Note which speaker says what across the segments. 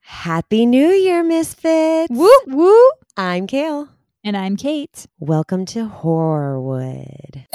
Speaker 1: Happy New Year, Misfits.
Speaker 2: Whoop, whoop.
Speaker 1: I'm Kale.
Speaker 2: And I'm Kate.
Speaker 1: Welcome to Horrorwood.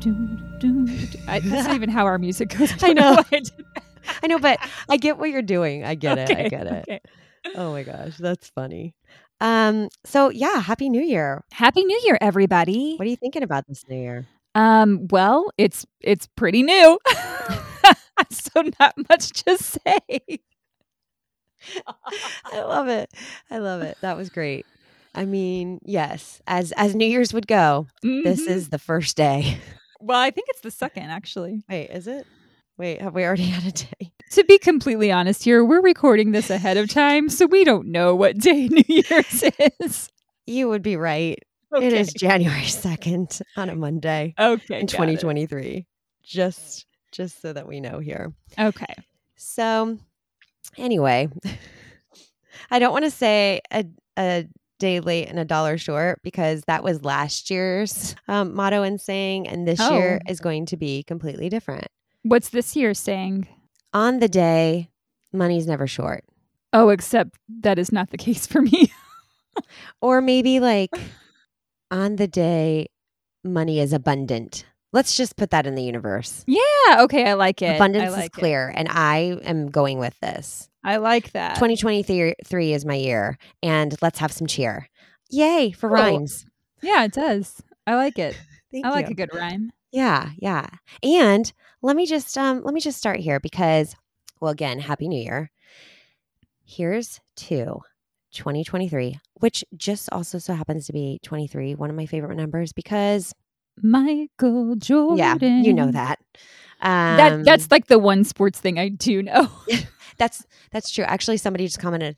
Speaker 2: Doom, doom, doom. I, that's not even how our music goes.
Speaker 1: I know.
Speaker 2: Why I did that.
Speaker 1: I know, but I get what you're doing. I get it. I
Speaker 2: Okay,
Speaker 1: get it.
Speaker 2: okay.
Speaker 1: Oh my gosh, that's funny. Um, so yeah, Happy New Year.
Speaker 2: Happy New Year, everybody.
Speaker 1: What are you thinking about this new year?
Speaker 2: Um, well, it's it's pretty new. so not much to say.
Speaker 1: I love it. I love it. That was great. I mean, yes, as as New Year's would go, this
Speaker 2: Mhm.
Speaker 1: is the first day.
Speaker 2: well, I think it's the second actually.
Speaker 1: Wait, is it? Wait, have we already had a day?
Speaker 2: To be completely honest here, we're recording this ahead of time, so we don't know what day New Year's is.
Speaker 1: You would be right. It
Speaker 2: Okay.
Speaker 1: is January 2nd on a Monday
Speaker 2: okay.
Speaker 1: in
Speaker 2: got it.
Speaker 1: 2023. Just just so that we know here.
Speaker 2: Okay.
Speaker 1: So anyway, I don't want to say a a day late and a dollar short because that was last year's um, motto and saying and this year
Speaker 2: Oh.
Speaker 1: is going to be completely different.
Speaker 2: What's this year saying?
Speaker 1: On the day, money's never short.
Speaker 2: Oh, except that is not the case for me.
Speaker 1: Or maybe like on the day money is abundant. Let's just put that in the universe.
Speaker 2: Yeah. Okay. I like it. I
Speaker 1: Abundance
Speaker 2: like
Speaker 1: is
Speaker 2: it.
Speaker 1: clear, and I am going with this.
Speaker 2: I like
Speaker 1: Uh,
Speaker 2: that.
Speaker 1: 2023 is my year, and let's have some cheer. Yay for
Speaker 2: Oh,
Speaker 1: rhymes.
Speaker 2: Yeah, it does. I like it.
Speaker 1: Thank
Speaker 2: I like
Speaker 1: you.
Speaker 2: a good rhyme.
Speaker 1: Yeah, yeah. And let me just um let me just start here because well again, happy new year. Here's to 2023, which just also so happens to be 23, one of my favorite numbers because
Speaker 2: Michael Jordan.
Speaker 1: yeah, you know that. Um,
Speaker 2: that that's like the one sports thing I do know.
Speaker 1: that's that's true. Actually, somebody just commented,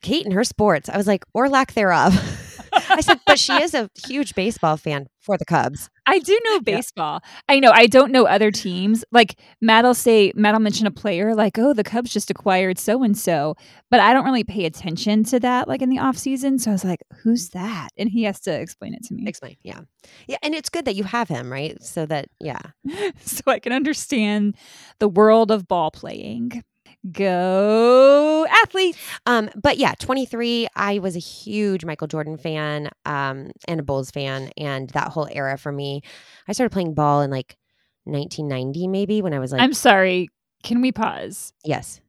Speaker 1: Kate and her sports. I was like, or lack thereof. I said, but she is a huge baseball fan for the Cubs.
Speaker 2: I do know baseball. I know. I don't know other teams. Like Matt'll say, Matt'll mention a player like, "Oh, the Cubs just acquired so and so," but I don't really pay attention to that. Like in the off season, so I was like, "Who's that?" And he has to explain it to me
Speaker 1: Explain, yeah, yeah, and it's good that you have him, right? So that yeah,
Speaker 2: so I can understand the world of ball playing. Go athletes!
Speaker 1: Um, but yeah, 23, I was a huge Michael Jordan fan um, and a Bulls fan. And that whole era for me, I started playing ball in like 1990, maybe when I was like,
Speaker 2: I'm sorry. Can we pause?
Speaker 1: yes,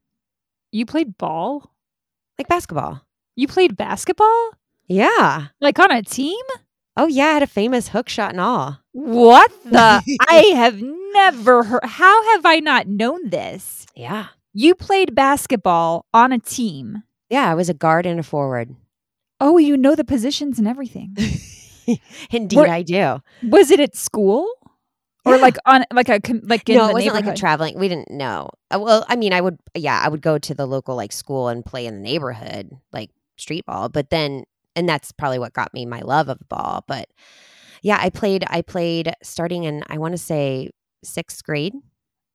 Speaker 2: You played ball?
Speaker 1: like basketball.
Speaker 2: You played basketball?
Speaker 1: Yeah.
Speaker 2: Like on a team?
Speaker 1: Oh, yeah. I had a famous hook shot and all.
Speaker 2: What the? I have never heard. How have I not known this?
Speaker 1: Yeah.
Speaker 2: You played basketball on a team.
Speaker 1: Yeah. I was a guard and a forward.
Speaker 2: Oh, you know the positions and everything.
Speaker 1: Indeed,
Speaker 2: Were-
Speaker 1: I do.
Speaker 2: Was it at school or
Speaker 1: Yeah.
Speaker 2: like on like a com- like in
Speaker 1: no,
Speaker 2: the
Speaker 1: it wasn't like a
Speaker 2: neighborhood?
Speaker 1: traveling. We didn't know. Uh, Well, I mean, I would, yeah, I would go to the local like school and play in the neighborhood, like street ball. But then, and that's probably what got me my love of ball. But yeah, I played, I played starting in, I want to say sixth grade.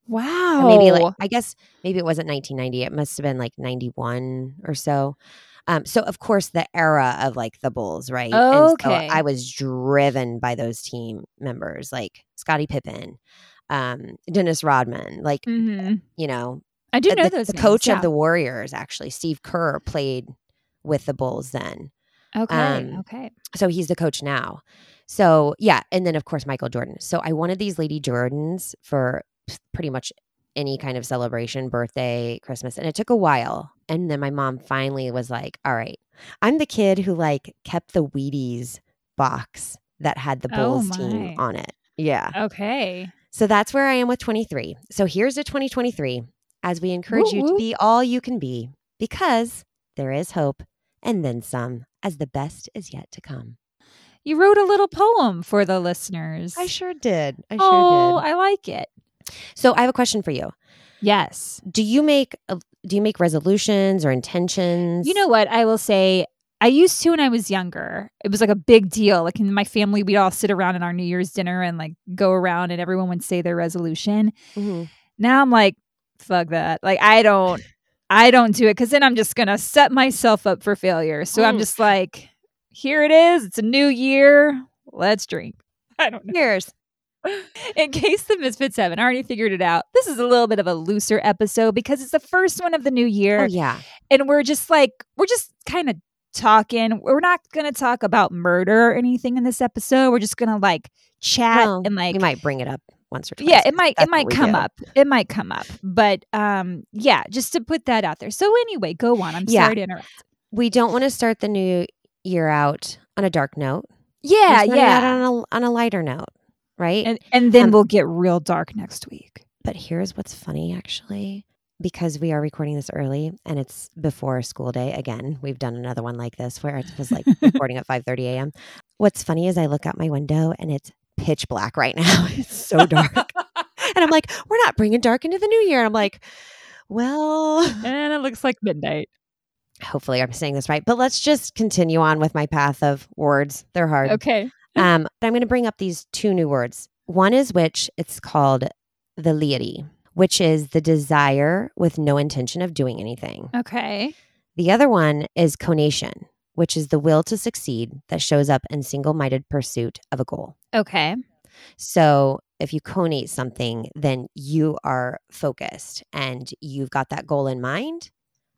Speaker 2: wow.
Speaker 1: Or Maybe
Speaker 2: Oh.
Speaker 1: like, I guess maybe it wasn't 1990. It must have been like 91 or so. Um, so of course the era of like the Bulls, right? And so
Speaker 2: Okay.
Speaker 1: I was driven by those team members like Scottie Pippen, um, Dennis Rodman, like
Speaker 2: Mhm.
Speaker 1: you know,
Speaker 2: I do
Speaker 1: uh,
Speaker 2: know
Speaker 1: the,
Speaker 2: those.
Speaker 1: the
Speaker 2: names,
Speaker 1: coach
Speaker 2: yeah.
Speaker 1: of the Warriors, actually, Steve Kerr, played with the Bulls then.
Speaker 2: Okay.
Speaker 1: um,
Speaker 2: okay.
Speaker 1: So he's the coach now. So, yeah. And then, of course, Michael Jordan. So I wanted these Lady Jordans for p- pretty much any kind of celebration, birthday, Christmas. And it took a while. And then my mom finally was like, all right, I'm the kid who like kept the Wheaties box that had the
Speaker 2: Oh,
Speaker 1: Bulls team
Speaker 2: my.
Speaker 1: on it. Yeah.
Speaker 2: Okay.
Speaker 1: So that's where I am with 23. So here's to 2023 as we encourage
Speaker 2: Woo
Speaker 1: you to
Speaker 2: woo.
Speaker 1: be all you can be because there is hope and then some as the best is yet to come.
Speaker 2: You wrote a little poem for the listeners.
Speaker 1: sure did. I
Speaker 2: oh, I like it.
Speaker 1: So I have a question for you.
Speaker 2: Yes.
Speaker 1: Do you make a, do you make resolutions or intentions?
Speaker 2: You know what? I will say I used to when I was younger. It was like a big deal. Like in my family, we'd all sit around in our New Year's dinner and like go around and everyone would say their resolution.
Speaker 1: Mhm.
Speaker 2: Now I'm like, fuck that. Like I don't I don't do it because then I'm just gonna set myself up for failure. So I'm
Speaker 1: Mm.
Speaker 2: just like, here it is. It's a new year. Let's drink. I don't know.
Speaker 1: Yours.
Speaker 2: In case the Misfits haven't already figured it out, this is a little bit of a looser episode because it's the first one of the new year
Speaker 1: Oh yeah.
Speaker 2: and we're just like we're just kind of talking we're not gonna talk about murder or anything in this episode we're just gonna like chat
Speaker 1: Well,
Speaker 2: and like
Speaker 1: you might bring it up once or twice.
Speaker 2: yeah it might
Speaker 1: That's
Speaker 2: it
Speaker 1: what
Speaker 2: might
Speaker 1: we
Speaker 2: come
Speaker 1: do.
Speaker 2: up it might come up but um yeah just to put that out there so anyway go on i'm
Speaker 1: Yeah.
Speaker 2: sorry to interrupt
Speaker 1: we don't want to start the new year out on a dark note. We
Speaker 2: yeah
Speaker 1: started out
Speaker 2: yeah
Speaker 1: on a on a lighter note, right?
Speaker 2: and and then
Speaker 1: um,
Speaker 2: we'll get real dark next week
Speaker 1: But here's what's funny actually, because we are recording this early and it's before school day again. We've done another one like this where it was like recording at 5:30 a.m. What's funny is I look out my window and it's pitch black right now. It's so dark. and I'm like, we're not bringing dark into the new year. And I'm like, well,
Speaker 2: and it looks like midnight
Speaker 1: hopefully I'm saying this right, but let's just continue on with my path of words. They're hard.
Speaker 2: okay
Speaker 1: um, but I'm going to bring up these two new words. One is which it's called the laity, which is the desire with no intention of doing anything.
Speaker 2: okay
Speaker 1: The other one is conation, which is the will to succeed that shows up in single minded pursuit of a goal.
Speaker 2: okay
Speaker 1: So if you conate something, then you are focused and you've got that goal in mind,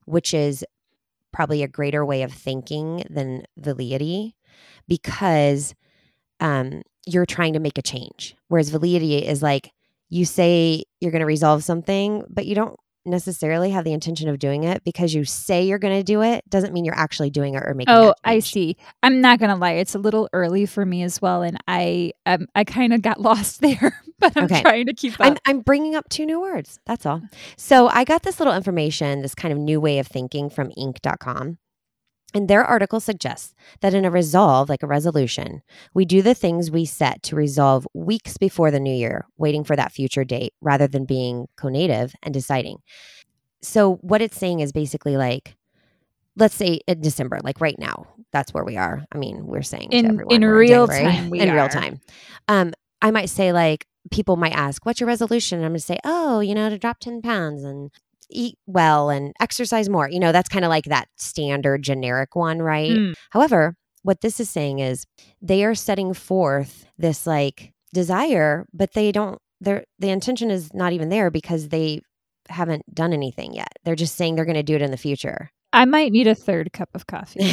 Speaker 1: which is probably a greater way of thinking than the laity because um, you're trying to make a change. Whereas validity is like you say you're going to resolve something, but you don't necessarily have the intention of doing it because you say you're going to do it doesn't mean you're actually doing it or making
Speaker 2: Oh,
Speaker 1: that
Speaker 2: I
Speaker 1: change.
Speaker 2: see. I'm not gonna lie; it's a little early for me as well, and I um, I kind of got lost there, but I'm
Speaker 1: Okay.
Speaker 2: trying to keep up.
Speaker 1: I'm, I'm bringing up two new words. That's all. So I got this little information, this kind of new way of thinking from Inc.com. And their article suggests that in a resolve, like a resolution, we do the things we set to resolve weeks before the new year, waiting for that future date rather than being conative and deciding. So, what it's saying is basically like, let's say in December, like right now, that's where we are. I mean, we're saying to
Speaker 2: In-
Speaker 1: everyone
Speaker 2: in
Speaker 1: we're
Speaker 2: real
Speaker 1: January.
Speaker 2: time we
Speaker 1: in real
Speaker 2: are.
Speaker 1: time. Um, I might say like people might ask, "What's your resolution?" And I'm gonna say, "Oh, you know, to drop ten pounds and eat well and exercise more." You know, that's kind of like that standard generic one, right?
Speaker 2: Mm.
Speaker 1: However, what this is saying is they are setting forth this like desire, but they don't their the intention is not even there because they haven't done anything yet. They're just saying they're going to do it in the future.
Speaker 2: I might need a third cup of coffee.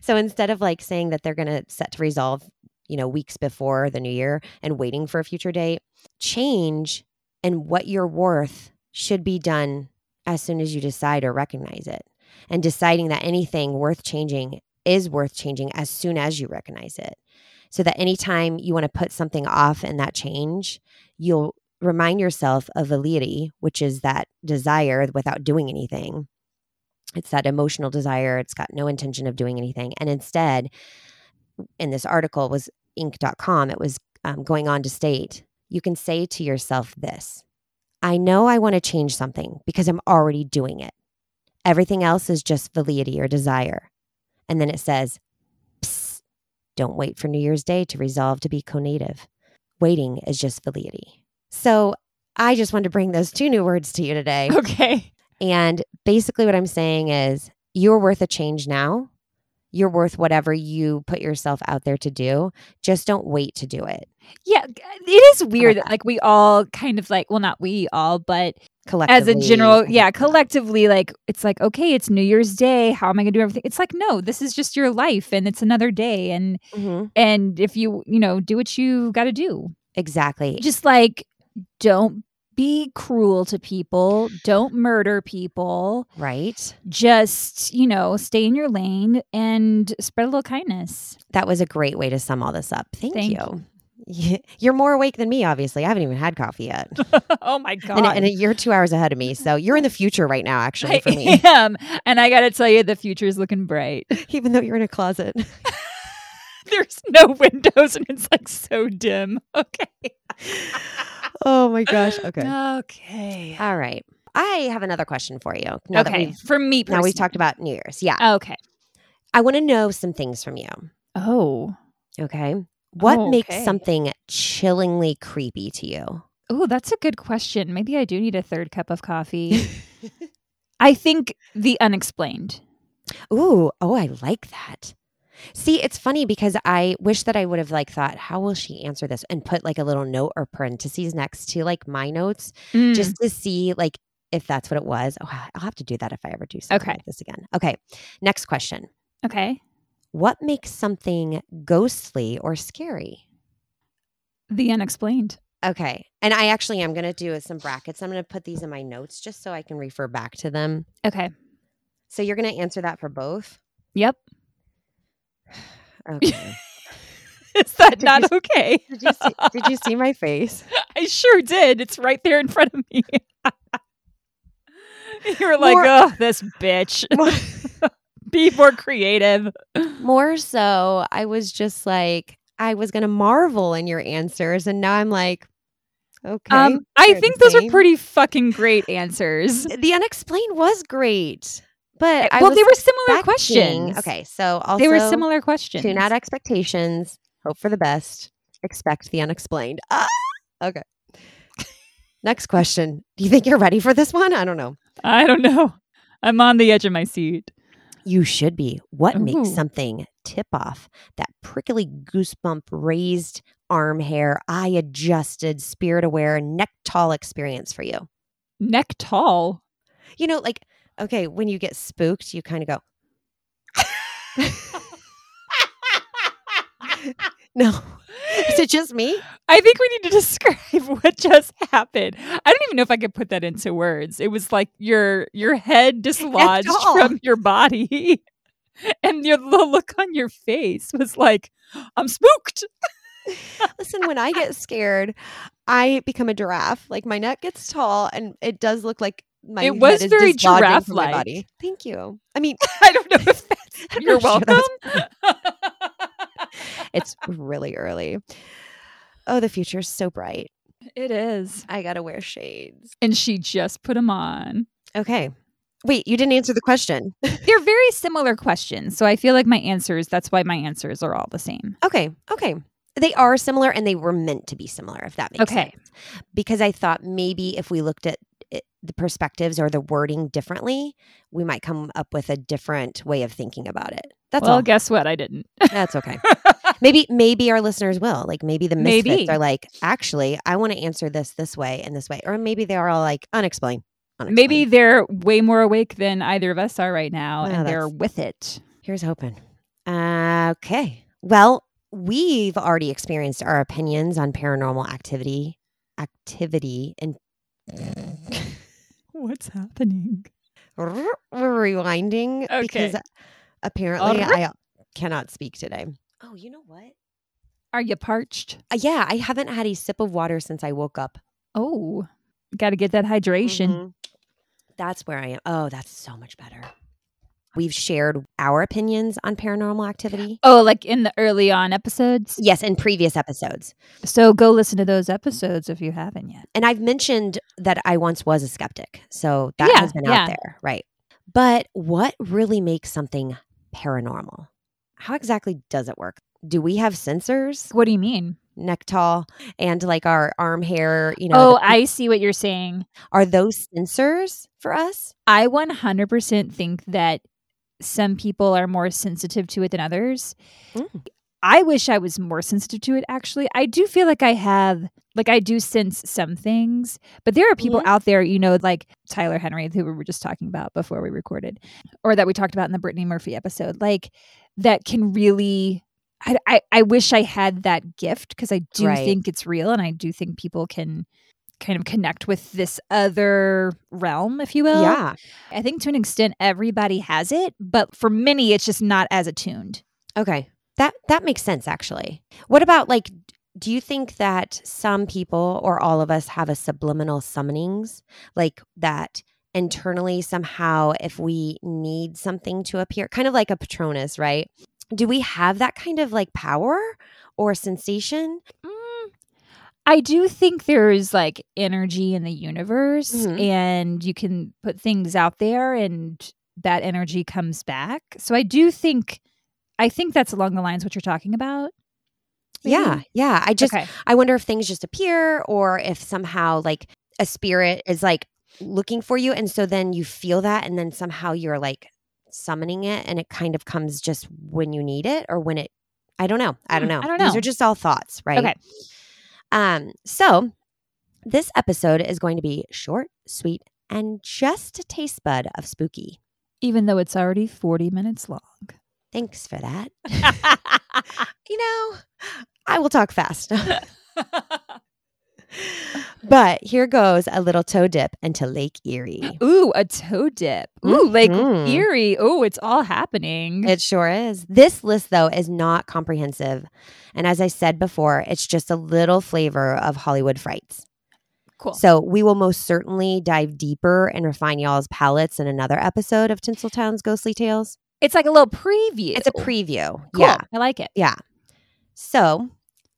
Speaker 1: so instead of like saying that they're going to set to resolve, you know, weeks before the new year and waiting for a future date, change and what you're worth should be done as soon as you decide or recognize it. And deciding that anything worth changing is worth changing as soon as you recognize it. So that anytime you want to put something off in that change, you'll remind yourself of validity, which is that desire without doing anything it's that emotional desire it's got no intention of doing anything and instead in this article was inc.com it was um, going on to state you can say to yourself this i know i want to change something because i'm already doing it everything else is just validity or desire and then it says Psst, don't wait for new year's day to resolve to be conative waiting is just validity so i just wanted to bring those two new words to you today
Speaker 2: Okay.
Speaker 1: and basically, what I'm saying is you're worth a change now. You're worth whatever you put yourself out there to do. Just don't wait to do it.
Speaker 2: Yeah, g- it is weird
Speaker 1: God.
Speaker 2: that like we all kind of like well not we all but as
Speaker 1: Collectively.
Speaker 2: a general yeah collectively like it's like okay it's New Year's Day how am I gonna do everything it's like no this is just your life and it's another day and
Speaker 1: Mhm.
Speaker 2: and if you you know do what you got to do
Speaker 1: Exactly.
Speaker 2: just like don't be cruel to people don't murder people
Speaker 1: right.
Speaker 2: just you know stay in your lane and spread a little kindness
Speaker 1: That was a great way to sum all this up. Thank,
Speaker 2: Thank
Speaker 1: you. You're more awake than me, obviously. I haven't even had coffee yet.
Speaker 2: oh my god
Speaker 1: And, and you're two hours ahead of me. So you're in the future right now, actually, for me,
Speaker 2: I am, and I gotta tell you, the future's looking bright.
Speaker 1: even though you're in a closet.
Speaker 2: There's no windows, and it's like so dim. Okay.
Speaker 1: oh my gosh. Okay.
Speaker 2: Okay. Uh,
Speaker 1: All right. I have another question for you. Now That
Speaker 2: okay.
Speaker 1: we've,
Speaker 2: For me
Speaker 1: now
Speaker 2: personally.
Speaker 1: we've talked about New Year's. Yeah.
Speaker 2: Okay.
Speaker 1: I want to know some things from you.
Speaker 2: Oh.
Speaker 1: Okay. What
Speaker 2: Oh,
Speaker 1: makes
Speaker 2: okay.
Speaker 1: something chillingly creepy to you?
Speaker 2: Oh, that's a good question. Maybe I do need a third cup of coffee. I think the unexplained.
Speaker 1: Ooh, oh, I like that. See, it's funny because I wish that I would have like thought, how will she answer this? And put like a little note or parentheses next to like my notes
Speaker 2: Mm.
Speaker 1: just to see like if that's what it was. Oh, I'll have to do that if I ever do something
Speaker 2: Okay.
Speaker 1: like this again. Okay. Next question.
Speaker 2: okay.
Speaker 1: What makes something ghostly or scary?
Speaker 2: The unexplained.
Speaker 1: Okay. And I actually am going to do some brackets. I'm going to put these in my notes just so I can refer back to them.
Speaker 2: Okay.
Speaker 1: So you're going to answer that for both?
Speaker 2: Yep.
Speaker 1: Okay.
Speaker 2: Is that
Speaker 1: Did
Speaker 2: not okay?
Speaker 1: did, you see, did you see my face?
Speaker 2: I sure did. It's right there in front of me. you were like,
Speaker 1: More-
Speaker 2: oh, this bitch. Be more creative.
Speaker 1: More so, I was just like, I was going to marvel in your answers. And now I'm like, okay.
Speaker 2: Um, I
Speaker 1: they're the
Speaker 2: think those are
Speaker 1: same.
Speaker 2: pretty fucking great answers.
Speaker 1: the unexplained was great. But I
Speaker 2: well,
Speaker 1: was
Speaker 2: they were similar
Speaker 1: expecting-
Speaker 2: questions.
Speaker 1: Okay. So also,
Speaker 2: They were similar questions.
Speaker 1: Tune out expectations, hope for the best, expect the unexplained. Ah! Okay. Next question. Do you think you're ready for this one? I don't know.
Speaker 2: I don't know. I'm on the edge of my seat.
Speaker 1: You should be. What makes
Speaker 2: Ooh.
Speaker 1: something tip off? That prickly goosebump, raised arm hair, eye adjusted, spirit aware, neck tall experience for you.
Speaker 2: Neck tall.
Speaker 1: You know, like, okay, when you get spooked, you kind of go, no. Is it just me?
Speaker 2: I think we need to describe what just happened. I don't even know if I could put that into words. It was like your your head dislodged
Speaker 1: all.
Speaker 2: from your body, and your the look on your face was like, "I'm spooked."
Speaker 1: Listen, when I get scared, I become a giraffe. Like my neck gets tall, and it does look like my
Speaker 2: It
Speaker 1: head
Speaker 2: was
Speaker 1: is
Speaker 2: very
Speaker 1: dislodging from my
Speaker 2: giraffe-like.
Speaker 1: body. Thank you. I mean,
Speaker 2: I don't know if that's
Speaker 1: I'm
Speaker 2: you're
Speaker 1: not sure that's-
Speaker 2: welcome.
Speaker 1: it's really early. Oh, the future's so bright.
Speaker 2: it is,
Speaker 1: I gotta wear shades.
Speaker 2: and she just put them on.
Speaker 1: Okay. Wait, you didn't answer the question.
Speaker 2: They're very similar questions, so I feel like my answers. That's why my answers are all the same.
Speaker 1: Okay. Okay. They are similar, and they were meant to be similar. If that makes
Speaker 2: Okay.
Speaker 1: sense. Because I thought maybe if we looked at it, the perspectives or the wording differently, we might come up with a different way of thinking about it. That's
Speaker 2: well,
Speaker 1: all.
Speaker 2: guess what? I didn't.
Speaker 1: That's okay. maybe maybe our listeners will like maybe the misfits
Speaker 2: Maybe.
Speaker 1: are like actually I want to answer this this way and this way or maybe they are all like unexplained. unexplained.
Speaker 2: Maybe they're way more awake than either of us are right now,
Speaker 1: Wow,
Speaker 2: and they're
Speaker 1: that's-
Speaker 2: with it.
Speaker 1: here's hoping. Uh, Okay, well we've already experienced our opinions on paranormal activity activity and
Speaker 2: What's happening?
Speaker 1: we're rewinding because
Speaker 2: Okay. Uh-huh.
Speaker 1: apparently I cannot speak today. Oh, you know what?
Speaker 2: Are you parched?
Speaker 1: Uh, yeah, I haven't had a sip of water since I woke up.
Speaker 2: Oh, got to get that hydration.
Speaker 1: Mhm. That's where I am. Oh, that's so much better. We've shared our opinions on paranormal activity.
Speaker 2: Oh, like in the early on episodes.
Speaker 1: Yes, in previous episodes.
Speaker 2: So go listen to those episodes if you haven't yet.
Speaker 1: And I've mentioned that I once was a skeptic. So that
Speaker 2: Yeah,
Speaker 1: has been
Speaker 2: yeah.
Speaker 1: out there. Right. But what really makes something paranormal? How exactly does it work? Do we have sensors,
Speaker 2: What do you mean?
Speaker 1: neck tall, and like our arm hair? You know,
Speaker 2: Oh,
Speaker 1: the-
Speaker 2: I see what you're saying.
Speaker 1: are those sensors for us?
Speaker 2: I 100% think that some people are more sensitive to it than others.
Speaker 1: Mm.
Speaker 2: I wish I was more sensitive to it, actually. I do feel like I have, like, I do sense some things, but there are people
Speaker 1: Mhm.
Speaker 2: out there, you know, like Tyler Henry, who we were just talking about before we recorded, or that we talked about in the Brittany Murphy episode, like, that can really. I, I, I wish I had that gift because I do
Speaker 1: Right.
Speaker 2: think it's real and I do think people can kind of connect with this other realm, if you will.
Speaker 1: yeah.
Speaker 2: I think to an extent everybody has it, but for many it's just not as attuned.
Speaker 1: Okay. That that makes sense actually. What about like d- do you think that some people or all of us have a subliminal summonings like that internally somehow if we need something to appear kind of like a patronus, right? Do we have that kind of like power or sensation?
Speaker 2: Mm, I do think there's like energy in the universe
Speaker 1: Mhm.
Speaker 2: and you can put things out there and that energy comes back. So I do think I think that's along the lines what you're talking about. maybe?
Speaker 1: Yeah, yeah. I just
Speaker 2: okay.
Speaker 1: I wonder if things just appear or if somehow like a spirit is like looking for you. And so then you feel that and then somehow you're like summoning it and it kind of comes just when you need it or when it, I don't know. I don't
Speaker 2: Hmm,
Speaker 1: know.
Speaker 2: I don't
Speaker 1: These
Speaker 2: know.
Speaker 1: are just all thoughts, right?
Speaker 2: Okay.
Speaker 1: Um, so this episode is going to be short, sweet, and just a taste bud of spooky.
Speaker 2: Even though it's already 40 minutes long.
Speaker 1: Thanks for that. you know, I will talk fast. But here goes a little toe dip into Lake Erie.
Speaker 2: Ooh, a toe dip. Ooh, Lake
Speaker 1: Mhm.
Speaker 2: Erie. Ooh, it's all happening.
Speaker 1: It sure is. This list, though, is not comprehensive. And as I said before, it's just a little flavor of Hollywood frights.
Speaker 2: cool.
Speaker 1: So we will most certainly dive deeper and refine y'all's palettes in another episode of Tinseltown's Ghostly Tales.
Speaker 2: it's like a little preview.
Speaker 1: It's a preview.
Speaker 2: Cool.
Speaker 1: Yeah.
Speaker 2: I like it.
Speaker 1: Yeah. So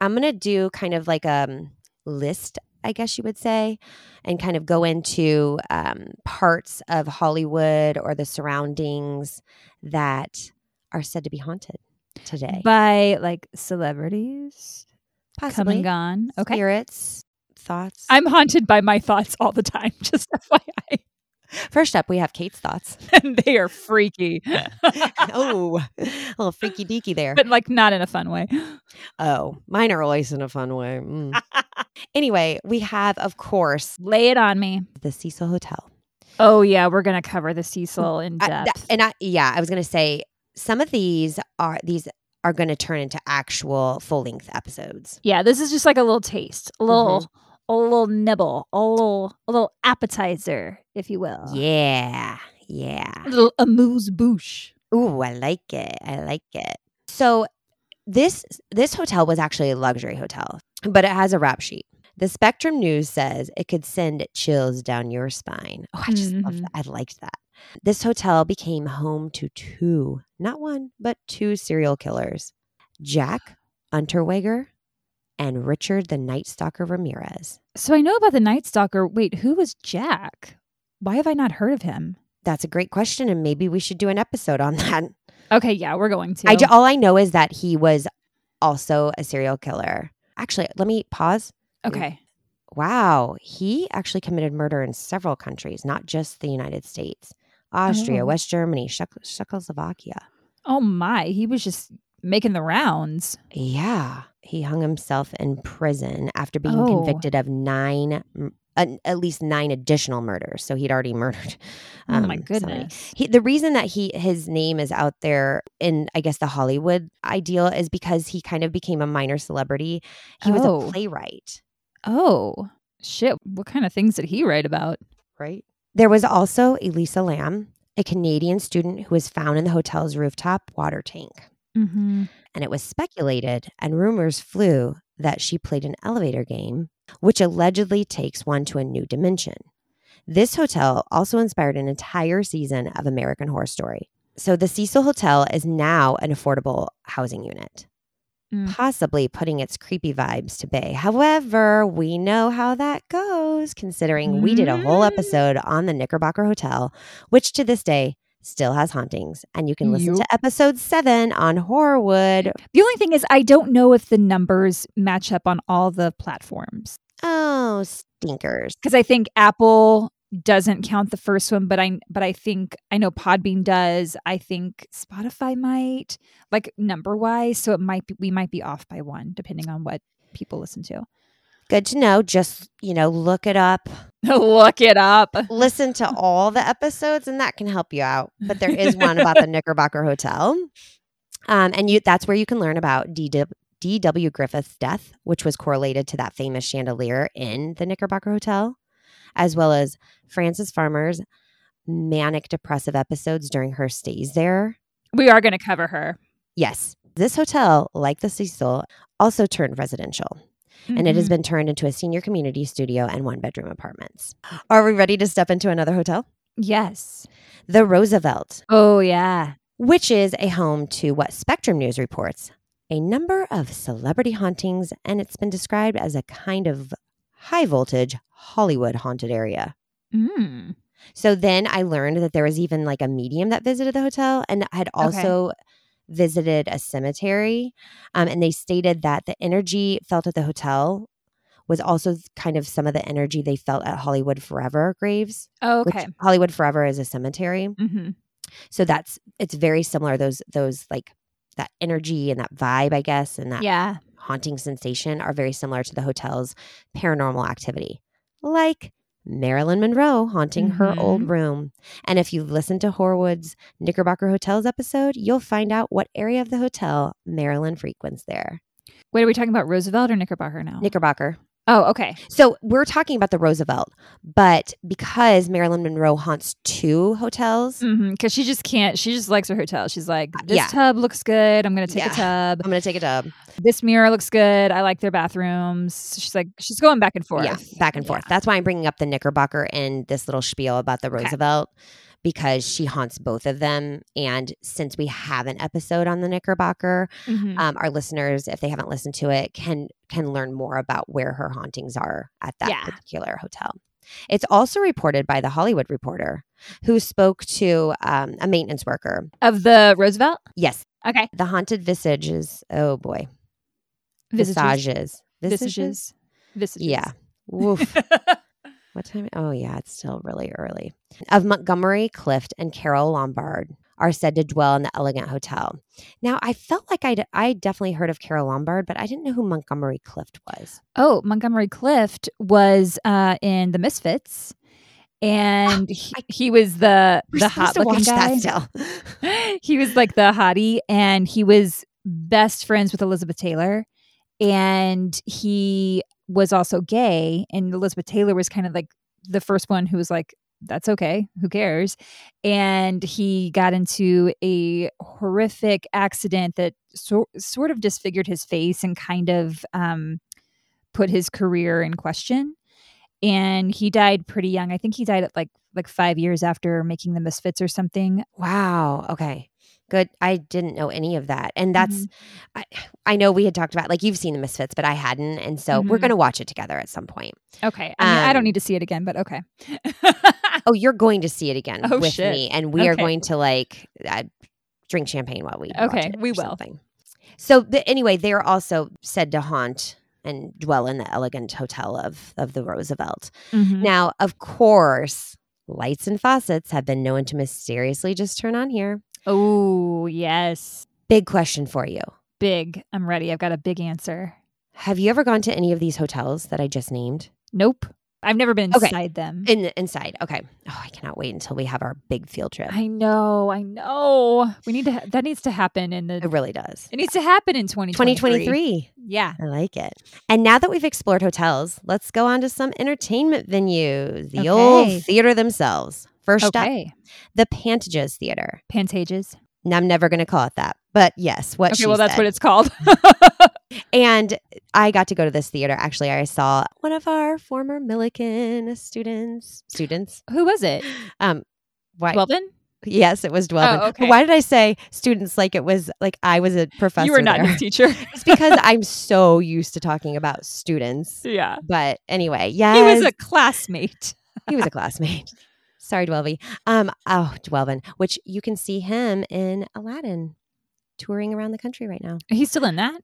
Speaker 1: I'm going to do kind of like a um, list, I guess you would say, and kind of go into um, parts of Hollywood or the surroundings that are said to be haunted today.
Speaker 2: By like celebrities come
Speaker 1: Possibly.
Speaker 2: and gone. Okay.
Speaker 1: Spirits, thoughts.
Speaker 2: I'm haunted by my thoughts all the time, just FYI.
Speaker 1: First up, we have Kate's thoughts.
Speaker 2: And they are freaky,
Speaker 1: oh, a little freaky deaky there.
Speaker 2: but like not in a fun way.
Speaker 1: oh, mine are always in a fun way. Mm. anyway, we have, of course,
Speaker 2: Lay it on me.
Speaker 1: the Cecil Hotel.
Speaker 2: Oh, yeah. We're going to cover the Cecil in
Speaker 1: I-
Speaker 2: depth.
Speaker 1: that- and I, yeah, I was going to say some of these are these are going to turn into actual full length episodes.
Speaker 2: yeah. This is just like a little taste, a little. A little nibble, a little, a little appetizer, if you will.
Speaker 1: Yeah, yeah.
Speaker 2: A little amuse bouche.
Speaker 1: Ooh, I like it. I like it. So this this hotel was actually a luxury hotel, but it has a rap sheet. The Spectrum News says it could send chills down your spine. Oh, I just love
Speaker 2: Mhm.
Speaker 1: that. I liked that. This hotel became home to two, not one, but two serial killers. Jack Unterweger and Richard the Night Stalker Ramirez.
Speaker 2: So I know about the Night Stalker. Wait, who was Jack? Why have I not heard of him?
Speaker 1: That's a great question, and maybe we should do an episode on that.
Speaker 2: Okay, yeah, we're going to.
Speaker 1: I ju- all I know is that he was also a serial killer. Actually, let me pause.
Speaker 2: okay.
Speaker 1: Wow, he actually committed murder in several countries, not just the United States, Austria,
Speaker 2: Oh.
Speaker 1: West Germany, Czech- Czechoslovakia.
Speaker 2: Oh my, he was just making the rounds.
Speaker 1: Yeah, he hung himself in prison after being
Speaker 2: Oh.
Speaker 1: convicted of nine, m- an- at least nine additional murders. So he'd already murdered.
Speaker 2: Oh my
Speaker 1: um, so many.
Speaker 2: goodness.
Speaker 1: He, the reason that he his name is out there in I guess the Hollywood ideal is because he kind of became a minor celebrity. He was
Speaker 2: Oh.
Speaker 1: a playwright,
Speaker 2: Oh shit! What kind of things did he write about?
Speaker 1: right? There was also Elisa Lamb, a Canadian student who was found in the hotel's rooftop water tank,
Speaker 2: Mm-hmm.
Speaker 1: and it was speculated and rumors flew that she played an elevator game, which allegedly takes one to a new dimension. This hotel also inspired an entire season of American Horror Story. So the Cecil Hotel is now an affordable housing unit.
Speaker 2: Mm.
Speaker 1: possibly putting its creepy vibes to bay. However, we know how that goes, considering we did a whole
Speaker 2: Mm.
Speaker 1: episode on the Knickerbocker Hotel, which to this day still has hauntings. And you can listen
Speaker 2: Yup.
Speaker 1: to episode seven on Horrorwood.
Speaker 2: The only thing is, I don't know if the numbers match up on all the platforms
Speaker 1: Oh, stinkers.
Speaker 2: because I think Apple doesn't count the first one, but I but I think I know Podbean does. I think Spotify might like number wise, so it might be we might be off by one depending on what people listen to.
Speaker 1: Good to know. Just, you know, look it up,
Speaker 2: Look it up.
Speaker 1: listen to all the episodes, and that can help you out. But there is one about the Knickerbocker Hotel. Um, and you that's where you can learn about D.W. D.W. Griffith's death, which was correlated to that famous chandelier in the Knickerbocker Hotel, as well as Frances Farmer's manic depressive episodes during her stays there.
Speaker 2: We are going to cover her.
Speaker 1: Yes, this hotel, like the Cecil, also turned residential, and it has
Speaker 2: Mhm.
Speaker 1: been turned into a senior community studio and one bedroom apartments. Are we ready to step into another hotel?
Speaker 2: Yes.
Speaker 1: The Roosevelt,
Speaker 2: Oh yeah.
Speaker 1: which is a home to what Spectrum News reports a number of celebrity hauntings, and it's been described as a kind of high voltage Hollywood haunted area.
Speaker 2: Mm.
Speaker 1: So then I learned that there was even like a medium that visited the hotel and had also visited a cemetery. Um, and they stated that the energy felt at the hotel was also kind of some of the energy they felt at Hollywood Forever graves.
Speaker 2: Oh,
Speaker 1: which
Speaker 2: okay.
Speaker 1: Hollywood Forever is a cemetery.
Speaker 2: hmm
Speaker 1: So that's it's very similar. Those those like that energy and that vibe, I guess, and that
Speaker 2: Yeah.
Speaker 1: haunting sensation are very similar to the hotel's paranormal activity, like Marilyn Monroe haunting her old
Speaker 2: Mhm.
Speaker 1: room. And if you listen to Horwood's Knickerbocker Hotels episode, you'll find out what area of the hotel Marilyn frequents there.
Speaker 2: Wait, are we talking about Roosevelt or Knickerbocker now?
Speaker 1: Knickerbocker.
Speaker 2: oh, okay.
Speaker 1: So we're talking about the Roosevelt, but because Marilyn Monroe haunts two hotels,
Speaker 2: Because Mm-hmm. she just can't. She just likes her hotel. She's like,
Speaker 1: Uh,
Speaker 2: this
Speaker 1: yeah.
Speaker 2: tub looks good. I'm gonna take
Speaker 1: Yeah.
Speaker 2: a tub.
Speaker 1: I'm going to take a dub.
Speaker 2: This mirror looks good. I like their bathrooms. She's like, she's going back and forth.
Speaker 1: Yeah, back and
Speaker 2: Yeah.
Speaker 1: forth. That's why I'm bringing up the Knickerbocker and this little spiel about the
Speaker 2: Okay.
Speaker 1: Roosevelt because she haunts both of them. And since we have an episode on the Knickerbocker,
Speaker 2: Mhm.
Speaker 1: um, our listeners, if they haven't listened to it, can can learn more about where her hauntings are at that
Speaker 2: Yeah.
Speaker 1: particular hotel. It's also reported by the Hollywood Reporter, who spoke to um, a maintenance worker.
Speaker 2: of the Roosevelt.
Speaker 1: Yes,
Speaker 2: Okay.
Speaker 1: the haunted visages. Oh boy, visages, visages.
Speaker 2: Visages. Visages.
Speaker 1: Yeah. Woof. What time? Oh, yeah, it's still really early. Of Montgomery Clift and Carol Lombard are said to dwell in the Elegant Hotel. Now, I felt like I'd, I definitely heard of Carol Lombard, but I didn't know who Montgomery Clift was.
Speaker 2: oh, Montgomery Clift was uh, in The Misfits, and he,
Speaker 1: I-
Speaker 2: he was the
Speaker 1: We're
Speaker 2: the
Speaker 1: supposed
Speaker 2: hot
Speaker 1: to
Speaker 2: looking
Speaker 1: watch
Speaker 2: guy.
Speaker 1: that still.
Speaker 2: he was like the hottie and he was best friends with Elizabeth Taylor and he was also gay and Elizabeth Taylor was kind of like the first one who was like that's okay who cares and he got into a horrific accident that so- sort of disfigured his face and kind of um, put his career in question and he died pretty young i think he died at like like five years after making the misfits or something
Speaker 1: wow. Okay. Good. I didn't know any of that. And that's, I, I know we had talked about, like, you've seen The Misfits, but I hadn't. And so we're
Speaker 2: Mhm.
Speaker 1: going to watch it together at some point.
Speaker 2: Okay. I mean, I
Speaker 1: Um,
Speaker 2: don't need to see it again, but okay.
Speaker 1: Oh, you're going to see it again
Speaker 2: Oh,
Speaker 1: with
Speaker 2: shit.
Speaker 1: me, and we are
Speaker 2: Okay.
Speaker 1: going to like uh, drink champagne while we watch
Speaker 2: Okay,
Speaker 1: it
Speaker 2: we
Speaker 1: or
Speaker 2: will.
Speaker 1: Something. So the, anyway, they are also said to haunt and dwell in the elegant hotel of of the Roosevelt.
Speaker 2: Mhm.
Speaker 1: Now, of course, lights and faucets have been known to mysteriously just turn on here.
Speaker 2: Oh, yes.
Speaker 1: Big question for you:
Speaker 2: Big. I'm ready. I've got a big answer.
Speaker 1: Have you ever gone to any of these hotels that I just named?
Speaker 2: Nope. I've never been
Speaker 1: Okay.
Speaker 2: inside them.
Speaker 1: In inside, okay. Oh, I cannot wait until we have our big field trip.
Speaker 2: I know. I know. We need to, ha- that needs to happen in
Speaker 1: It
Speaker 2: the,
Speaker 1: really does.
Speaker 2: it needs to happen in 2023.
Speaker 1: 2023.
Speaker 2: Yeah.
Speaker 1: I like it. And now that we've explored hotels, let's go on to some entertainment venues, the
Speaker 2: Okay.
Speaker 1: old theater themselves. First up,
Speaker 2: Okay.
Speaker 1: the Pantages Theater.
Speaker 2: Pantages.
Speaker 1: Now, I'm never going to call it that, but yes, what
Speaker 2: Okay.
Speaker 1: she
Speaker 2: Well, that's
Speaker 1: said.
Speaker 2: what it's called.
Speaker 1: and I got to go to this theater. Actually, I saw one of our former Milliken students. Students?
Speaker 2: Who was it?
Speaker 1: Um, why?
Speaker 2: Well, then
Speaker 1: yes, it was Dwellman.
Speaker 2: Oh, okay.
Speaker 1: Why did I say students like it was like I was a professor?
Speaker 2: you were not
Speaker 1: there?
Speaker 2: his teacher.
Speaker 1: it's because I'm so used to talking about students.
Speaker 2: yeah.
Speaker 1: But anyway, yes.
Speaker 2: He was a classmate.
Speaker 1: he was a classmate. Sorry, Dwelvy. Um, oh, Dwelvin, which you can see him in Aladdin touring around the country right now.
Speaker 2: He's still in that.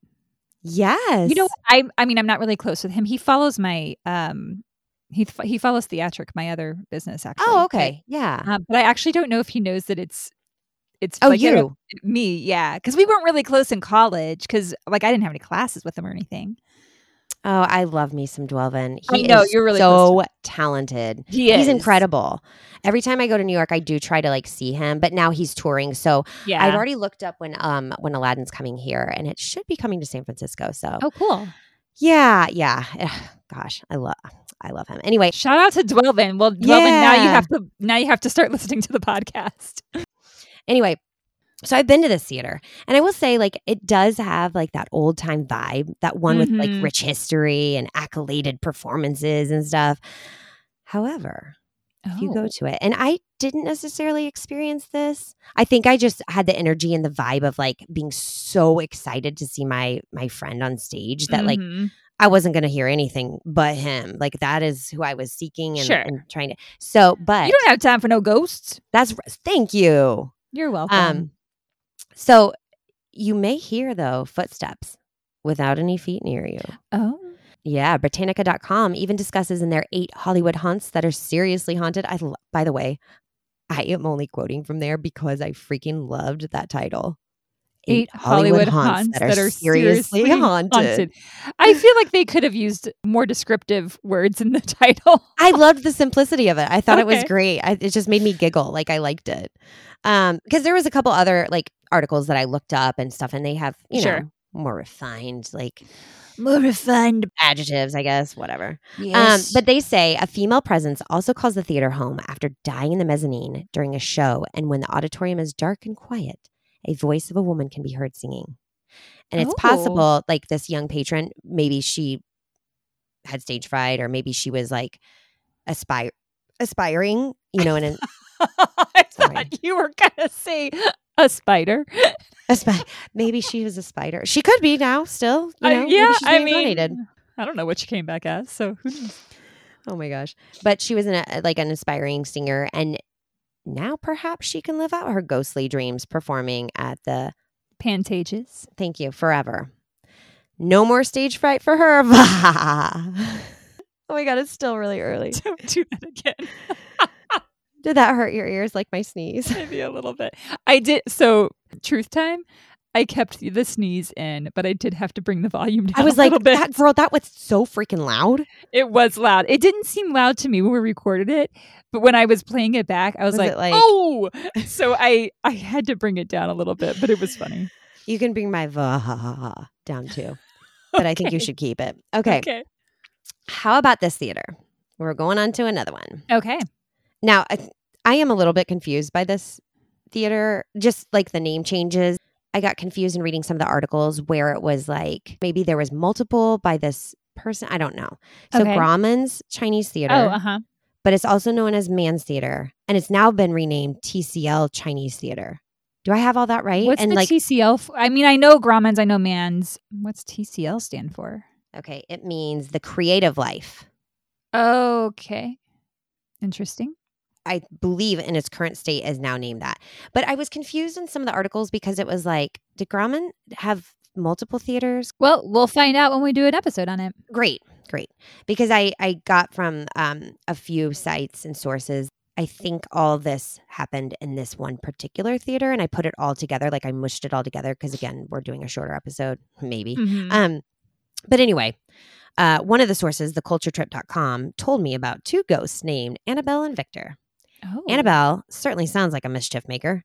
Speaker 1: Yes.
Speaker 2: You know, what? I I mean, I'm not really close with him. He follows my um, he f- he follows theatric, my other business actually.
Speaker 1: Oh, okay. Yeah.
Speaker 2: But, um, but I actually don't know if he knows that it's it's
Speaker 1: Oh,
Speaker 2: like
Speaker 1: you.
Speaker 2: inter- me, yeah, because we weren't really close in college because like I didn't have any classes with him or anything.
Speaker 1: Oh, I love me some Dwelvin.
Speaker 2: I
Speaker 1: He
Speaker 2: know,
Speaker 1: is
Speaker 2: Um, you're really
Speaker 1: so talented.
Speaker 2: He
Speaker 1: He's incredible. Every time I go to New York, I do try to like see him, but now he's touring. So
Speaker 2: Yeah.
Speaker 1: I've already looked up when um when Aladdin's coming here, and it should be coming to San Francisco. So
Speaker 2: oh, cool.
Speaker 1: yeah, yeah. Gosh, I love I love him. Anyway,
Speaker 2: Shout out to Dwelvin. Well, Dwelvin, now you
Speaker 1: Yeah.
Speaker 2: have to now you have to start listening to the podcast.
Speaker 1: Anyway, so I've been to this theater and I will say, like, it does have like that old time vibe, that one with like
Speaker 2: Mhm.
Speaker 1: rich history and accoladed performances and stuff. However, if
Speaker 2: Oh.
Speaker 1: you go to it. And I didn't necessarily experience this. I think I just had the energy and the vibe of like being so excited to see my my friend on stage that like
Speaker 2: Mhm.
Speaker 1: I wasn't going to hear anything but him. Like that is who I was seeking and,
Speaker 2: Sure.
Speaker 1: and trying to. So, but
Speaker 2: you don't have time for no ghosts.
Speaker 1: that's thank you.
Speaker 2: You're welcome.
Speaker 1: Um, So you may hear though footsteps without any feet near you.
Speaker 2: oh,
Speaker 1: Yeah, Britannica.com even discusses in their eight Hollywood haunts that are seriously haunted. I lo- by the way, I am only quoting from there because I freaking loved that title.
Speaker 2: eight Hollywood, haunts, that are, seriously, haunted. I feel like they could have used more descriptive words in the title.
Speaker 1: I loved the simplicity of it. I thought it was
Speaker 2: Okay.
Speaker 1: great. I, it just made me giggle. Like I liked it. Um, because there was a couple other like articles that I looked up and stuff, and they have you
Speaker 2: Sure.
Speaker 1: know more refined like
Speaker 2: More refined.
Speaker 1: adjectives, I guess, whatever.
Speaker 2: Yes.
Speaker 1: Um, but they say a female presence also calls the theater home after dying in the mezzanine during a show, and when the auditorium is dark and quiet, a voice of a woman can be heard singing. And it's
Speaker 2: Oh.
Speaker 1: possible, like this young patron, maybe she had stage fright, or maybe she was like aspire aspiring, you know, and an
Speaker 2: I
Speaker 1: Sorry.
Speaker 2: thought you were gonna say a spider.
Speaker 1: aspi- maybe she was a spider. She could be now, still, you
Speaker 2: I-
Speaker 1: know. maybe
Speaker 2: yeah,
Speaker 1: she's
Speaker 2: I
Speaker 1: reincarnated.
Speaker 2: mean, I don't know what you came back as. So who knows?
Speaker 1: Oh my gosh. But she was an, uh, like an inspiring singer and now perhaps she can live out her ghostly dreams performing at the
Speaker 2: Pantages.
Speaker 1: thank you forever. No more stage fright for her. oh my god, it's still really early.
Speaker 2: Don't do that again.
Speaker 1: Did that hurt your ears like my sneeze?
Speaker 2: Maybe a little bit. I did. So truth time. I kept the sneeze in, but I did have to bring the volume down.
Speaker 1: I was
Speaker 2: a
Speaker 1: like,
Speaker 2: little bit.
Speaker 1: that girl, that was so freaking loud.
Speaker 2: It was loud. It didn't seem loud to me when we recorded it, but when I was playing it back, I was,
Speaker 1: Was
Speaker 2: like,
Speaker 1: it like-
Speaker 2: "Oh!" So I I had to bring it down a little bit, but it was funny.
Speaker 1: You can bring my va down too. But I think you
Speaker 2: Okay.
Speaker 1: should keep it. Okay.
Speaker 2: Okay.
Speaker 1: How about this theater? We're going on to another one.
Speaker 2: Okay.
Speaker 1: Now, I, I am a little bit confused by this theater, just like the name changes. I got confused in reading some of the articles where it was like maybe there was multiple by this person. I don't know. So
Speaker 2: Okay.
Speaker 1: Grauman's Chinese Theater,
Speaker 2: Oh, uh huh.
Speaker 1: but it's also known as Man's Theater, and it's now been renamed TCL Chinese Theater. Do I have all that right?
Speaker 2: What's
Speaker 1: and
Speaker 2: the
Speaker 1: like,
Speaker 2: TCL? F- I mean, I know Grauman's, I know Man's. What's TCL stand for?
Speaker 1: okay, it means the creative life.
Speaker 2: Okay. Interesting.
Speaker 1: I believe in its current state is now named that. But I was confused in some of the articles because it was like, did Grauman have multiple theaters?
Speaker 2: Well, we'll find out when we do an episode on it.
Speaker 1: great great because i i got from um a few sites and sources i think all this happened in this one particular theater and i put it all together like i mushed it all together because again we're doing a shorter episode maybe
Speaker 2: Mhm.
Speaker 1: um but anyway uh, one of the sources, theculturetrip.com, told me about two ghosts named Annabelle and Victor.
Speaker 2: oh.
Speaker 1: Annabelle certainly sounds like a mischief maker.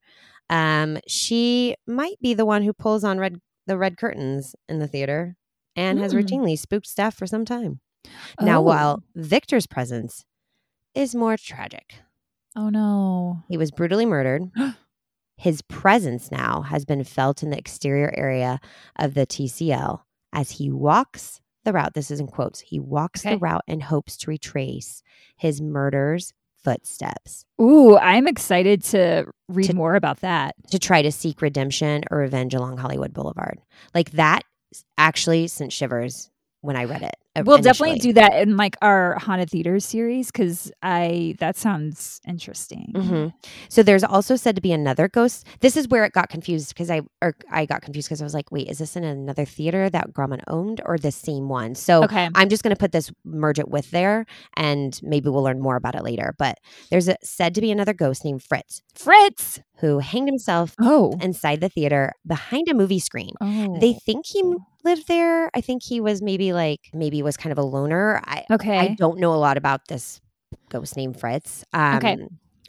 Speaker 1: Um, she might be the one who pulls on red the red curtains in the theater and has
Speaker 2: Hmm.
Speaker 1: routinely spooked staff for some time. Now,
Speaker 2: Oh.
Speaker 1: while Victor's presence is more tragic,
Speaker 2: Oh no.
Speaker 1: he was brutally murdered. His presence now has been felt in the exterior area of the TCL as he walks the route. This is in quotes. He walks
Speaker 2: Okay.
Speaker 1: the route and hopes to retrace his murder's footsteps
Speaker 2: Ooh, I'm excited to read
Speaker 1: To-
Speaker 2: more about that.
Speaker 1: to try to seek redemption or revenge along Hollywood Boulevard. Like that s- actually sent shivers when I read it. uh,
Speaker 2: We'll definitely
Speaker 1: initially.
Speaker 2: do that in like our haunted theater series because I that sounds interesting.
Speaker 1: hmm So there's also said to be another ghost. This is where it got confused because I or I got confused because I was like, wait, is this in another theater that Grauman owned or the same one? So
Speaker 2: Okay.
Speaker 1: I'm just going to put this merge it with there, and maybe we'll learn more about it later. But there's a, said to be another ghost named Fritz
Speaker 2: Fritz.
Speaker 1: who hanged himself
Speaker 2: Oh.
Speaker 1: inside the theater behind a movie screen.
Speaker 2: Oh.
Speaker 1: They think he m- lived there. I think he was maybe like maybe was kind of a loner. I
Speaker 2: okay.
Speaker 1: I don't know a lot about this ghost named Fritz. Um,
Speaker 2: Okay.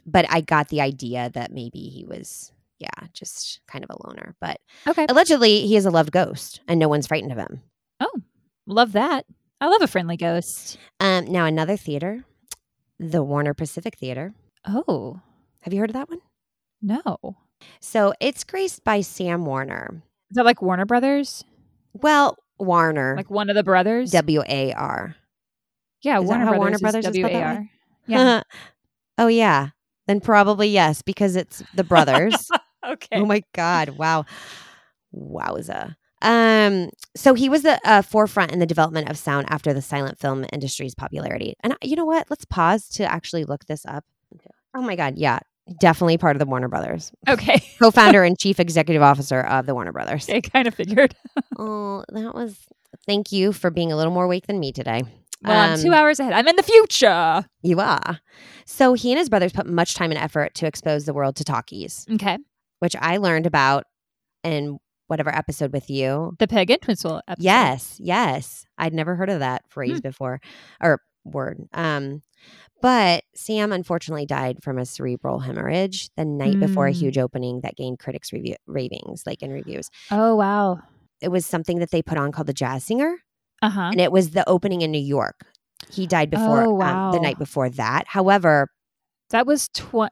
Speaker 1: But I got the idea that maybe he was, yeah, just kind of a loner. But
Speaker 2: okay.
Speaker 1: allegedly, he is a loved ghost and no one's frightened of him.
Speaker 2: Love that. I love a friendly ghost.
Speaker 1: Um, now, another theater, the Warner Pacific Theater.
Speaker 2: Oh
Speaker 1: Have you heard of that one?
Speaker 2: no.
Speaker 1: So it's graced by Sam Warner.
Speaker 2: Is that like Warner Brothers?
Speaker 1: Well, Warner,
Speaker 2: Like one of the brothers?
Speaker 1: W A R.
Speaker 2: yeah,
Speaker 1: is that
Speaker 2: Warner
Speaker 1: how
Speaker 2: Brothers.
Speaker 1: Warner
Speaker 2: is
Speaker 1: Brothers is spelled that way?
Speaker 2: W-A-R. Yeah.
Speaker 1: Oh yeah. Then probably yes, because it's the brothers.
Speaker 2: Okay.
Speaker 1: oh my God. Wow. Wowza. Um, so he was the uh, forefront in the development of sound after the silent film industry's popularity. And uh, you know what? Let's pause to actually look this up. Oh my God. Yeah. Definitely part of the Warner Brothers,
Speaker 2: okay.
Speaker 1: co founder and chief executive officer of the Warner Brothers.
Speaker 2: I kind of figured.
Speaker 1: Oh, that was. Thank you for being a little more awake than me today.
Speaker 2: Well, I'm two
Speaker 1: Um,
Speaker 2: hours ahead. I'm in the future.
Speaker 1: You are. So he and his brothers put much time and effort to expose the world to talkies,
Speaker 2: Okay.
Speaker 1: which I learned about in whatever episode with you.
Speaker 2: The Peg Entwistle episode.
Speaker 1: Yes, yes. I'd never heard of that phrase
Speaker 2: Hmm.
Speaker 1: before or word. Um, but Sam unfortunately died from a cerebral hemorrhage the night before a
Speaker 2: Mm.
Speaker 1: huge opening that gained critics' review- ravings, like in reviews.
Speaker 2: Oh wow.
Speaker 1: It was something that they put on called The Jazz Singer,
Speaker 2: Uh huh.
Speaker 1: and it was the opening in New York. He died before
Speaker 2: Oh,
Speaker 1: um, the
Speaker 2: wow.
Speaker 1: night before that. However,
Speaker 2: That was tw-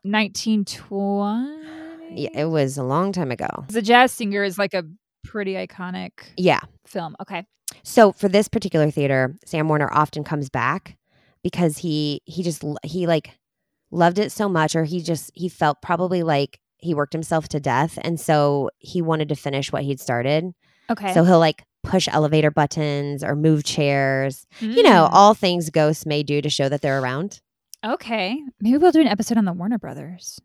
Speaker 2: 1920.
Speaker 1: Yeah, it was a long time ago.
Speaker 2: The Jazz Singer is like a pretty iconic
Speaker 1: Yeah.
Speaker 2: film. Okay.
Speaker 1: So for this particular theater, Sam Warner often comes back because he he just l- he like loved it so much or he just he felt probably like he worked himself to death and so he wanted to finish what he'd started.
Speaker 2: Okay.
Speaker 1: So he'll like push elevator buttons or move chairs. You
Speaker 2: Mm.
Speaker 1: know,
Speaker 2: Hmm,
Speaker 1: all things ghosts may do to show that they're around.
Speaker 2: okay. Maybe we'll do an episode on the Warner Brothers.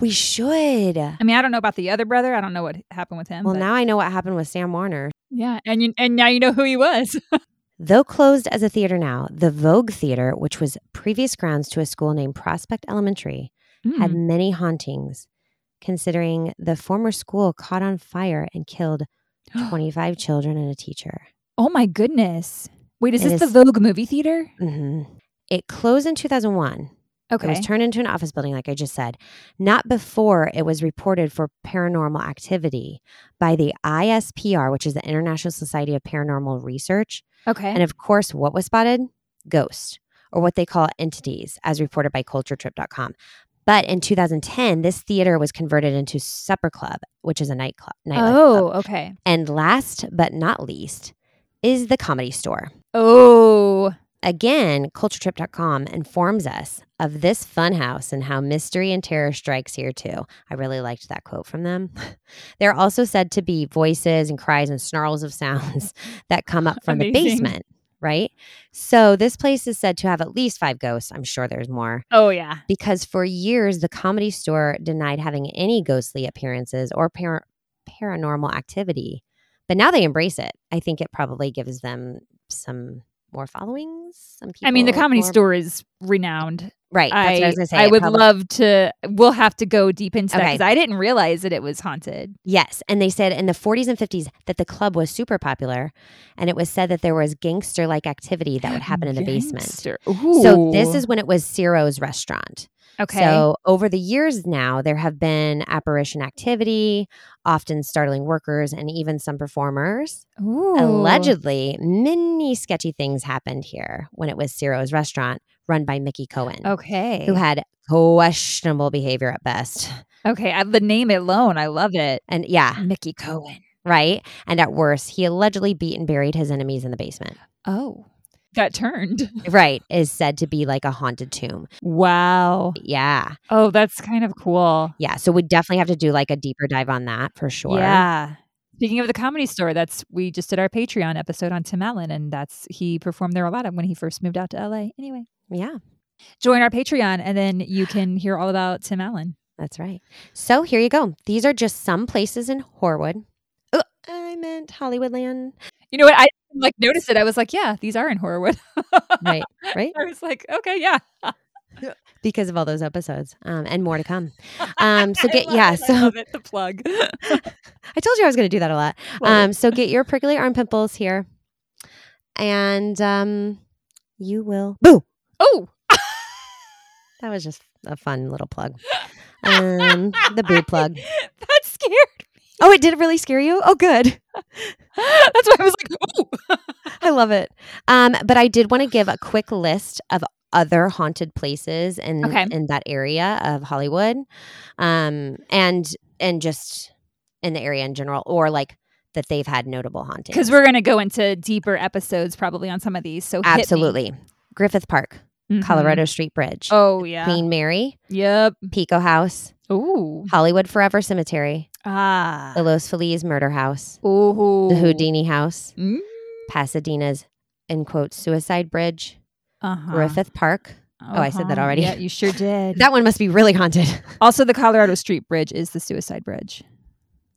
Speaker 1: We should.
Speaker 2: I mean, I don't know about the other brother. I don't know what happened with him.
Speaker 1: Well,
Speaker 2: but-
Speaker 1: now I know what happened with Sam Warner.
Speaker 2: Yeah, and you, and now you know who he was.
Speaker 1: Though closed as a theater now, the Vogue Theater, which was previous grounds to a school named Prospect Elementary,
Speaker 2: Hmm.
Speaker 1: had many hauntings, considering the former school caught on fire and killed 25 children and a teacher.
Speaker 2: oh my goodness! Wait, is
Speaker 1: It
Speaker 2: this
Speaker 1: is-
Speaker 2: the Vogue movie theater?
Speaker 1: hmm It closed in 2001. It
Speaker 2: Okay.
Speaker 1: was turned into an office building, like I just said, not before it was reported for paranormal activity by the ISPR, which is the International Society of Paranormal Research.
Speaker 2: okay.
Speaker 1: And of course, what was spotted? Ghosts, or what they call entities, as reported by culturetrip.com. But in 2010, this theater was converted into Supper Club, which is a nightclub. nightlife
Speaker 2: oh,
Speaker 1: club.
Speaker 2: okay.
Speaker 1: And last but not least is the comedy store.
Speaker 2: Oh,
Speaker 1: Again, culturetrip.com informs us of this fun house and how mystery and terror strikes here too. I really liked that quote from them. They're also said to be voices and cries and snarls of sounds that come up from the
Speaker 2: Amazing.
Speaker 1: basement, right? So this place is said to have at least 5 ghosts. I'm sure there's more
Speaker 2: oh yeah.
Speaker 1: because for years the comedy store denied having any ghostly appearances or par- paranormal activity but now they embrace it i think it probably gives them some more followings some people
Speaker 2: I mean, the comedy
Speaker 1: more-
Speaker 2: store is renowned.
Speaker 1: right that's what i was gonna say
Speaker 2: I
Speaker 1: It
Speaker 2: would
Speaker 1: probably-
Speaker 2: love to. We'll have to go deep into that
Speaker 1: Okay.
Speaker 2: because I didn't realize that it was haunted.
Speaker 1: yes and they said in the 40s and 50s that the club was super popular and it was said that there was gangster like activity that would happen in the basement
Speaker 2: Gangster.
Speaker 1: so this
Speaker 2: Ooh.
Speaker 1: is when it was ciro's restaurant
Speaker 2: okay.
Speaker 1: So, over the years now, there have been apparition activity, often startling workers and even some performers.
Speaker 2: Ooh.
Speaker 1: Allegedly, many sketchy things happened here when it was Ciro's restaurant run by Mickey Cohen,
Speaker 2: Okay.
Speaker 1: who had questionable behavior at best.
Speaker 2: okay. I, the name alone, I love it.
Speaker 1: And yeah,
Speaker 2: Mickey Cohen.
Speaker 1: right. And at worst, he allegedly beat and buried his enemies in the basement.
Speaker 2: Oh, got turned.
Speaker 1: Right. Is said to be like a haunted tomb.
Speaker 2: Wow.
Speaker 1: Yeah.
Speaker 2: Oh, that's kind of cool.
Speaker 1: Yeah. So, we definitely have to do like a deeper dive on that for sure.
Speaker 2: Yeah. Speaking of the comedy store, that's we just did our Patreon episode on Tim Allen, and that's he performed there a lot when he first moved out to LA. Anyway,
Speaker 1: Yeah.
Speaker 2: join our Patreon, and then you can hear all about Tim Allen.
Speaker 1: That's right. So here you go. These are just some places in Horwood. Oh, I meant Hollywoodland.
Speaker 2: You know what? I like noticed it. I was like, yeah, these are in Horrorwood.
Speaker 1: Right, right.
Speaker 2: I was like, okay, yeah.
Speaker 1: Because of all those episodes um, and more to come. Um, so
Speaker 2: I
Speaker 1: get,
Speaker 2: love
Speaker 1: yeah.
Speaker 2: it. I
Speaker 1: So
Speaker 2: love it. The plug.
Speaker 1: I told you I was going to do that a lot.
Speaker 2: Love
Speaker 1: Um, so get your prickly arm pimples here and um, you will. Boo.
Speaker 2: oh,
Speaker 1: That was just a fun little plug. Um, the boo plug.
Speaker 2: that scared.
Speaker 1: Oh, it did really scare you? Oh, good.
Speaker 2: That's why I was like, oh,
Speaker 1: I love it. Um, but I did want to give a quick list of other haunted places in
Speaker 2: Okay.
Speaker 1: in that area of Hollywood, um, and and just in the area in general, or like that they've had notable hauntings.
Speaker 2: because we're gonna go into deeper episodes probably on some of these. So hit me.
Speaker 1: absolutely Griffith Park,
Speaker 2: Mhm.
Speaker 1: Colorado Street Bridge,
Speaker 2: Oh yeah. Mm.
Speaker 1: Queen Mary,
Speaker 2: Yep.
Speaker 1: Pico House,
Speaker 2: Ooh.
Speaker 1: Hollywood Forever Cemetery,
Speaker 2: Mm. Ah.
Speaker 1: the Los Feliz Murder House,
Speaker 2: Ooh.
Speaker 1: the Houdini House,
Speaker 2: Mm.
Speaker 1: Pasadena's in quote Suicide Bridge,
Speaker 2: Uh-huh.
Speaker 1: Griffith Park. Oh, I said that
Speaker 2: Uh-huh.
Speaker 1: already.
Speaker 2: Yeah, you sure did.
Speaker 1: That one must be really haunted.
Speaker 2: also, the Colorado Street Bridge is the suicide bridge.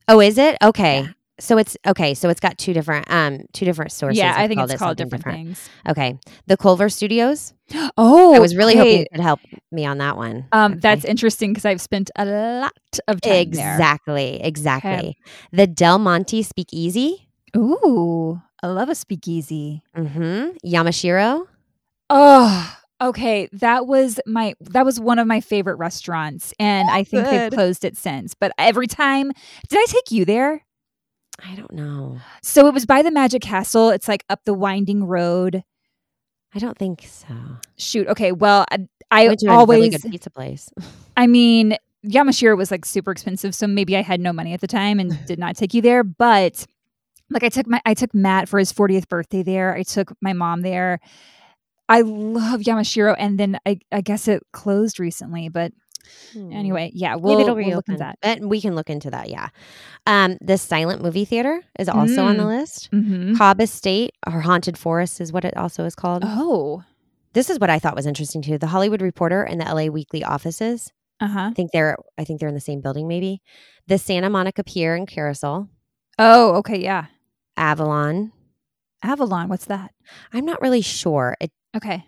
Speaker 1: Oh, is it? Okay. So it's okay. So it's got two different um two different sources.
Speaker 2: yeah,
Speaker 1: that
Speaker 2: I think
Speaker 1: called
Speaker 2: it's
Speaker 1: it
Speaker 2: called
Speaker 1: something
Speaker 2: different, things.
Speaker 1: Okay. The Culver Studios.
Speaker 2: Oh,
Speaker 1: I was really hoping
Speaker 2: okay.
Speaker 1: you could help me on that one.
Speaker 2: Um,
Speaker 1: Okay.
Speaker 2: That's interesting because I've spent a lot of time
Speaker 1: exactly, exactly. The Del Monte Speakeasy.
Speaker 2: there. Ooh, I love a speakeasy.
Speaker 1: Mm-hmm. Yamashiro.
Speaker 2: Oh, okay. That was my that was one of my favorite restaurants, and I think they've
Speaker 1: Oh, Good.
Speaker 2: closed it since. But every time, did I take you there?
Speaker 1: I don't know.
Speaker 2: So it was by the Magic Castle. It's like up the winding road.
Speaker 1: I don't think so.
Speaker 2: Shoot. Okay. Well, I, I
Speaker 1: went to
Speaker 2: always.
Speaker 1: a really good pizza place.
Speaker 2: I mean, Yamashiro was like super expensive, so maybe I had no money at the time and did not take you there. But like, I took my I took Matt for his 40th birthday there. I took my mom there. I love Yamashiro, and then I, I guess it closed recently. But
Speaker 1: Hmm.
Speaker 2: anyway, yeah, we'll,
Speaker 1: Mm. Maybe it'll
Speaker 2: we'll look
Speaker 1: reopen.
Speaker 2: at that.
Speaker 1: But we can look into that. Yeah. Um, the silent movie theater is also on the list.
Speaker 2: hmm
Speaker 1: Cobb Estate or Haunted Forest is what it also is called.
Speaker 2: Oh,
Speaker 1: This is what I thought was interesting too. The Hollywood Reporter and the LA Weekly offices.
Speaker 2: uh huh.
Speaker 1: I think they're I think they're in the same building maybe. The Santa Monica Pier and Carousel,
Speaker 2: Oh, okay, yeah.
Speaker 1: Avalon.
Speaker 2: Avalon, what's that?
Speaker 1: I'm not really sure. It,
Speaker 2: Okay,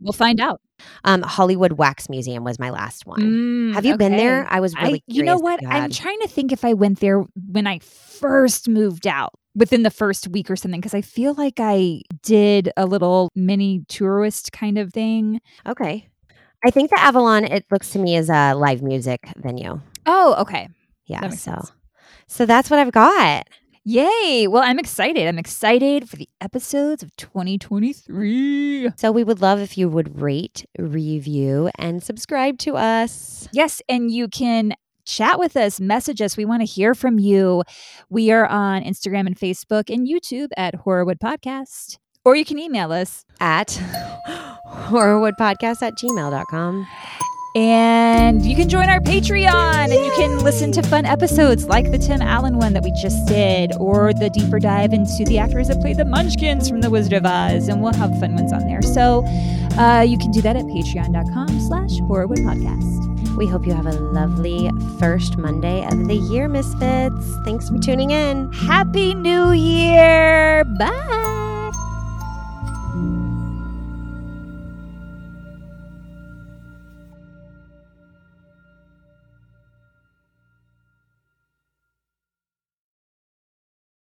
Speaker 2: we'll find out.
Speaker 1: um, Hollywood Wax Museum was my last one.
Speaker 2: Mm,
Speaker 1: Have you been there?
Speaker 2: okay.
Speaker 1: I was really
Speaker 2: I, you know
Speaker 1: curious if
Speaker 2: what?
Speaker 1: you
Speaker 2: I'm
Speaker 1: had.
Speaker 2: trying to think if I went there when I first moved out within the first week or something because I feel like I did a little mini tourist kind of thing.
Speaker 1: okay. I think the Avalon it looks to me as a live music venue.
Speaker 2: Oh, okay.
Speaker 1: Yeah,
Speaker 2: That makes
Speaker 1: so
Speaker 2: sense.
Speaker 1: so that's what I've got.
Speaker 2: Yay. Well, I'm excited. I'm excited for the episodes of 2023.
Speaker 1: So we would love if you would rate, review, and subscribe to us.
Speaker 2: Yes, and you can chat with us, message us. We want to hear from you. We are on Instagram and Facebook and YouTube at Horrorwood Podcast. Or you can email us
Speaker 1: at horrorwoodpodcast at gmail.com.
Speaker 2: And you can join our Patreon and you can listen to fun episodes like the Tim Allen one that we just did, or the deeper dive into the actors that played the Munchkins from The Wizard of Oz, and we'll have fun ones on there. So uh, you can do that at patreon.com slash horrorwood podcast.
Speaker 1: We hope you have a lovely first Monday of the year, Misfits. Thanks for tuning in.
Speaker 2: Happy New Year! Bye!